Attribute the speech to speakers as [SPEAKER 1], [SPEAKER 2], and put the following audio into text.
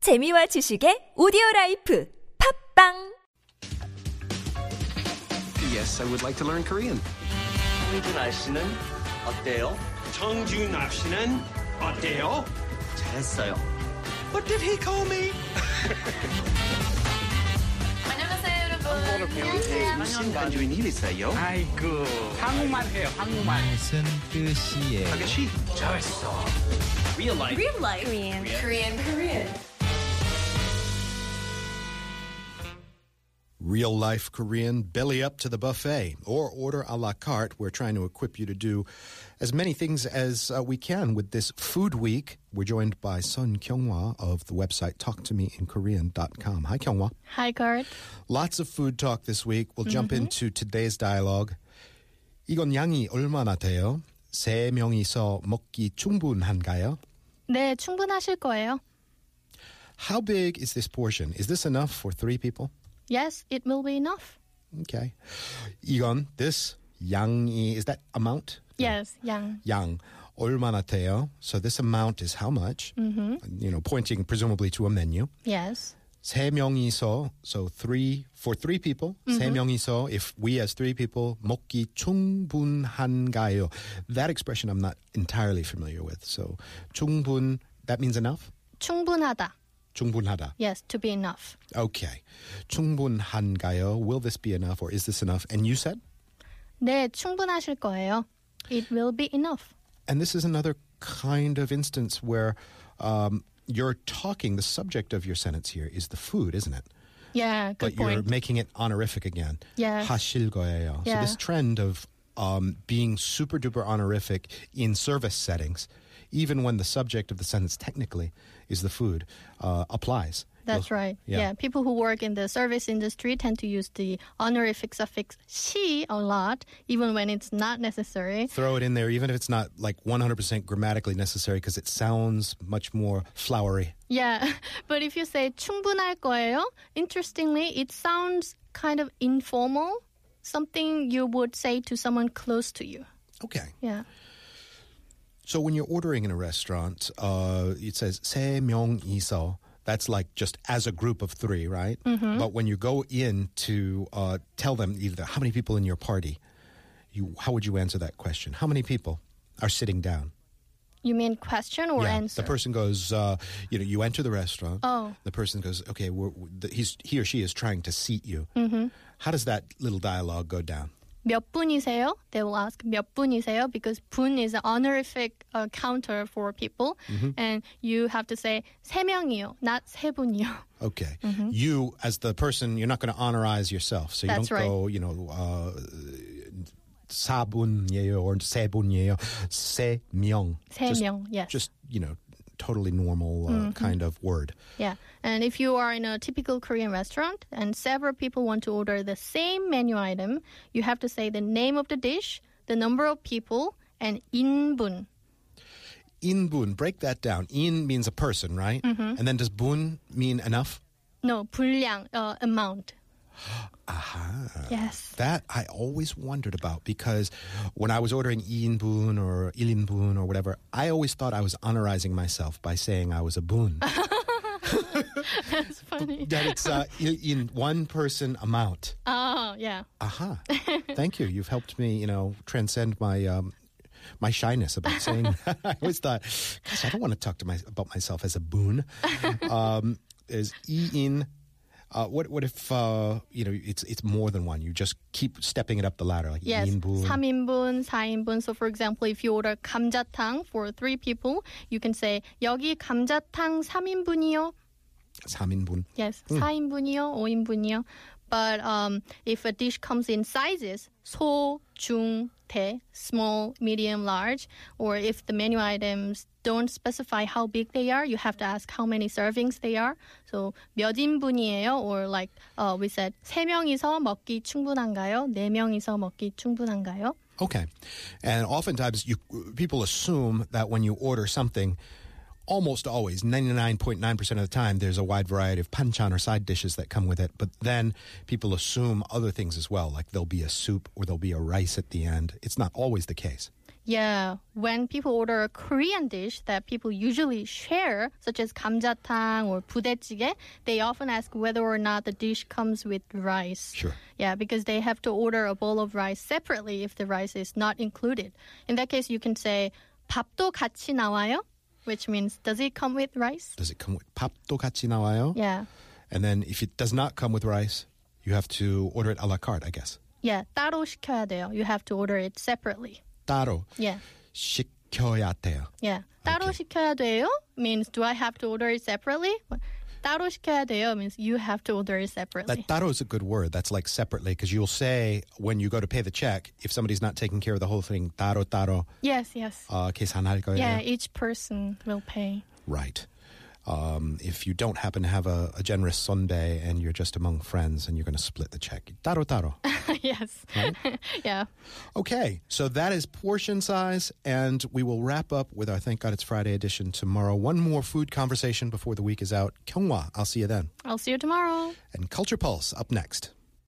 [SPEAKER 1] 재미와 지식의 오디오 라이프 팝빵
[SPEAKER 2] Yes, I would like to learn Korean.
[SPEAKER 3] 홍준아 씨는 어때요?
[SPEAKER 4] 정준합 씨는 어때요?
[SPEAKER 3] 잘했어요.
[SPEAKER 4] What did he call me?
[SPEAKER 5] 안녕하세요 여러분.
[SPEAKER 3] 신간주인 일 있어요?
[SPEAKER 6] 아이고 한국만 해요 한국만
[SPEAKER 7] 무슨 뜻이에요?
[SPEAKER 3] 아가씨 잘했어. Real life.
[SPEAKER 5] Korean Korean.
[SPEAKER 8] Real life Korean, belly up to the buffet, or order a la carte. We're trying to equip you to do as many things as uh, we can with this food week. We're joined by Sun Kyunghwa of the website talktomeinkorean.com. Hi, Kyunghwa.
[SPEAKER 9] Hi, guard.
[SPEAKER 8] Lots of food talk this week. We'll jump into today's dialogue. 이건 양이 얼마나 돼요? 세 명이서 먹기 충분한가요?
[SPEAKER 9] 네, 충분하실 거예요.
[SPEAKER 8] How big is this portion? Is this enough for three people?
[SPEAKER 9] Yes, it will be enough.
[SPEAKER 8] Okay. 이건 this 양이 is that amount?
[SPEAKER 9] Yes, 양.
[SPEAKER 8] 양 얼마나 돼요? So this amount is how much? Mm-hmm. You know, pointing presumably to a menu.
[SPEAKER 9] Yes.
[SPEAKER 8] 세 명이서 so three for three people. 세 명이서 if we as three people 먹기 충분한가요? That expression I'm not entirely familiar with. So 충분 that means enough.
[SPEAKER 9] 충분하다.
[SPEAKER 8] 충분하다.
[SPEAKER 9] Yes, to be enough.
[SPEAKER 8] Okay. 충분한가요? Will this be enough or is this enough? And you said?
[SPEAKER 9] 네, 충분하실 거예요. It will be enough.
[SPEAKER 8] And this is another kind of instance where um, you're talking, the subject of your sentence here is the food, isn't it?
[SPEAKER 9] Yeah,
[SPEAKER 8] but
[SPEAKER 9] good
[SPEAKER 8] you're
[SPEAKER 9] point.
[SPEAKER 8] making it honorific again.
[SPEAKER 9] Yeah.
[SPEAKER 8] 하실 거예요. So
[SPEAKER 9] Yeah.
[SPEAKER 8] this trend of um, being super duper honorific in service settings, even when the subject of the sentence technically is the food, uh, applies.
[SPEAKER 9] That's
[SPEAKER 8] You'll-
[SPEAKER 9] right.
[SPEAKER 8] Yeah.
[SPEAKER 9] Yeah. people who work in the service industry tend to use the honorific suffix "she" a lot, even when it's not necessary.
[SPEAKER 8] throw it in there, even if it's not like 100% grammatically necessary, because it sounds much more flowery.
[SPEAKER 9] Yeah, but if you say 충분할 거예요, interestingly, it sounds kind of informal, something you would say to someone close to you.
[SPEAKER 8] Okay.
[SPEAKER 9] Yeah.
[SPEAKER 8] So when you're ordering in a restaurant, uh, it says 세 명이서. That's like just as a group of three, right?
[SPEAKER 9] Mm-hmm.
[SPEAKER 8] But when you go in to uh, tell them either how many people in your party, you how would you answer that question? How many people are sitting down?
[SPEAKER 9] You mean question or
[SPEAKER 8] yeah,
[SPEAKER 9] answer?
[SPEAKER 8] the person goes, uh, you know, you enter the restaurant.
[SPEAKER 9] Oh.
[SPEAKER 8] The person goes, okay, we're, the, he's he or she is trying to seat you.
[SPEAKER 9] Mm-hmm.
[SPEAKER 8] How does that little dialogue go down?
[SPEAKER 9] 몇 분이세요? They will ask 몇 분이세요 because 분 is an honorific uh, counter for people,
[SPEAKER 8] Mm-hmm.
[SPEAKER 9] and you have to say 세 명이요, not 세 분이요.
[SPEAKER 8] Okay. You, as the person, you're not going to honorize yourself. So you
[SPEAKER 9] That's
[SPEAKER 8] don't go, you know, uh, sabunyeyo or sebunyeyo, se myung.
[SPEAKER 9] 세 명, yes.
[SPEAKER 8] Just, you know, totally normal uh, kind of word.
[SPEAKER 9] Yeah, and if you are in a typical Korean restaurant and several people want to order the same menu item, you have to say the name of the dish, the number of people, and 인분.
[SPEAKER 8] In bun, break that down. In means a person, right? And then does bun mean enough?
[SPEAKER 9] No, 분량, uh, amount. Aha. Yes.
[SPEAKER 8] That I always wondered about because when I was ordering in bun or ilin bun or whatever, I always thought I was honorizing myself by saying I was a bun.
[SPEAKER 9] That's funny.
[SPEAKER 8] that it's uh, i- in one person amount.
[SPEAKER 9] Oh, yeah.
[SPEAKER 8] Aha! Thank you. You've helped me, you know, transcend my um, my shyness about saying. That. I always thought, gosh, I don't want to talk to my about myself as a boon. Um, is e in. Uh, what what if uh, you know it's it's more than one? You just keep stepping it up the ladder, like E
[SPEAKER 9] Yes,
[SPEAKER 8] in boon.
[SPEAKER 9] 3인분, 4인분. So for example, if you order 감자탕 for three people, you can say 여기 감자탕 3인분이요.
[SPEAKER 8] 사민분.
[SPEAKER 9] Yes, 4인분이요, 5인분이요. But um, if a dish comes in sizes, 소, 중, 대, small, medium, large, or if the menu items don't specify how big they are, you have to ask how many servings they are. So 몇 인분이에요? Or like uh, we said, 세 명이서 먹기 충분한가요? 네 명이서 먹기 충분한가요?
[SPEAKER 8] Okay, and oftentimes you people assume that when you order something, almost always ninety nine point nine percent of the time there's a wide variety of panchan or side dishes that come with it. But then people assume other things as well, like there'll be a soup or there'll be a rice at the end. It's not always the case.
[SPEAKER 9] Yeah, when people order a Korean dish that people usually share, such as 감자탕 or 부대찌개, they often ask whether or not the dish comes with rice.
[SPEAKER 8] Sure.
[SPEAKER 9] Yeah, because they have to order a bowl of rice separately if the rice is not included. In that case, you can say 밥도 같이 나와요, which means does it come with rice?
[SPEAKER 8] Does it come with papto 같이 나와요?
[SPEAKER 9] Yeah.
[SPEAKER 8] And then if it does not come with rice, you have to order it a la carte, I guess.
[SPEAKER 9] Yeah, 따로 시켜야 돼요. You have to order it separately.
[SPEAKER 8] 따로
[SPEAKER 9] Yeah.
[SPEAKER 8] 시켜야 돼요.
[SPEAKER 9] Yeah. 따로 시켜야 돼요 means do I have to order it separately? 따로 시켜야 돼요 means you have to order it separately.
[SPEAKER 8] That taro is a good word. That's like separately because you'll say when you go to pay the check, if somebody's not taking care of the whole thing, taro taro
[SPEAKER 9] yes, yes.
[SPEAKER 8] uh, 계산할 거예요.
[SPEAKER 9] yeah, each person will pay.
[SPEAKER 8] Right. Um, if you don't happen to have a, a generous Sunday and you're just among friends and you're going to split the check, taro taro.
[SPEAKER 9] yes. yeah.
[SPEAKER 8] okay, so that is portion size, and we will wrap up with our Thank God It's Friday edition tomorrow. One more food conversation before the week is out. Kyunghwa, I'll see you then.
[SPEAKER 9] I'll see you tomorrow.
[SPEAKER 8] And Culture Pulse up next.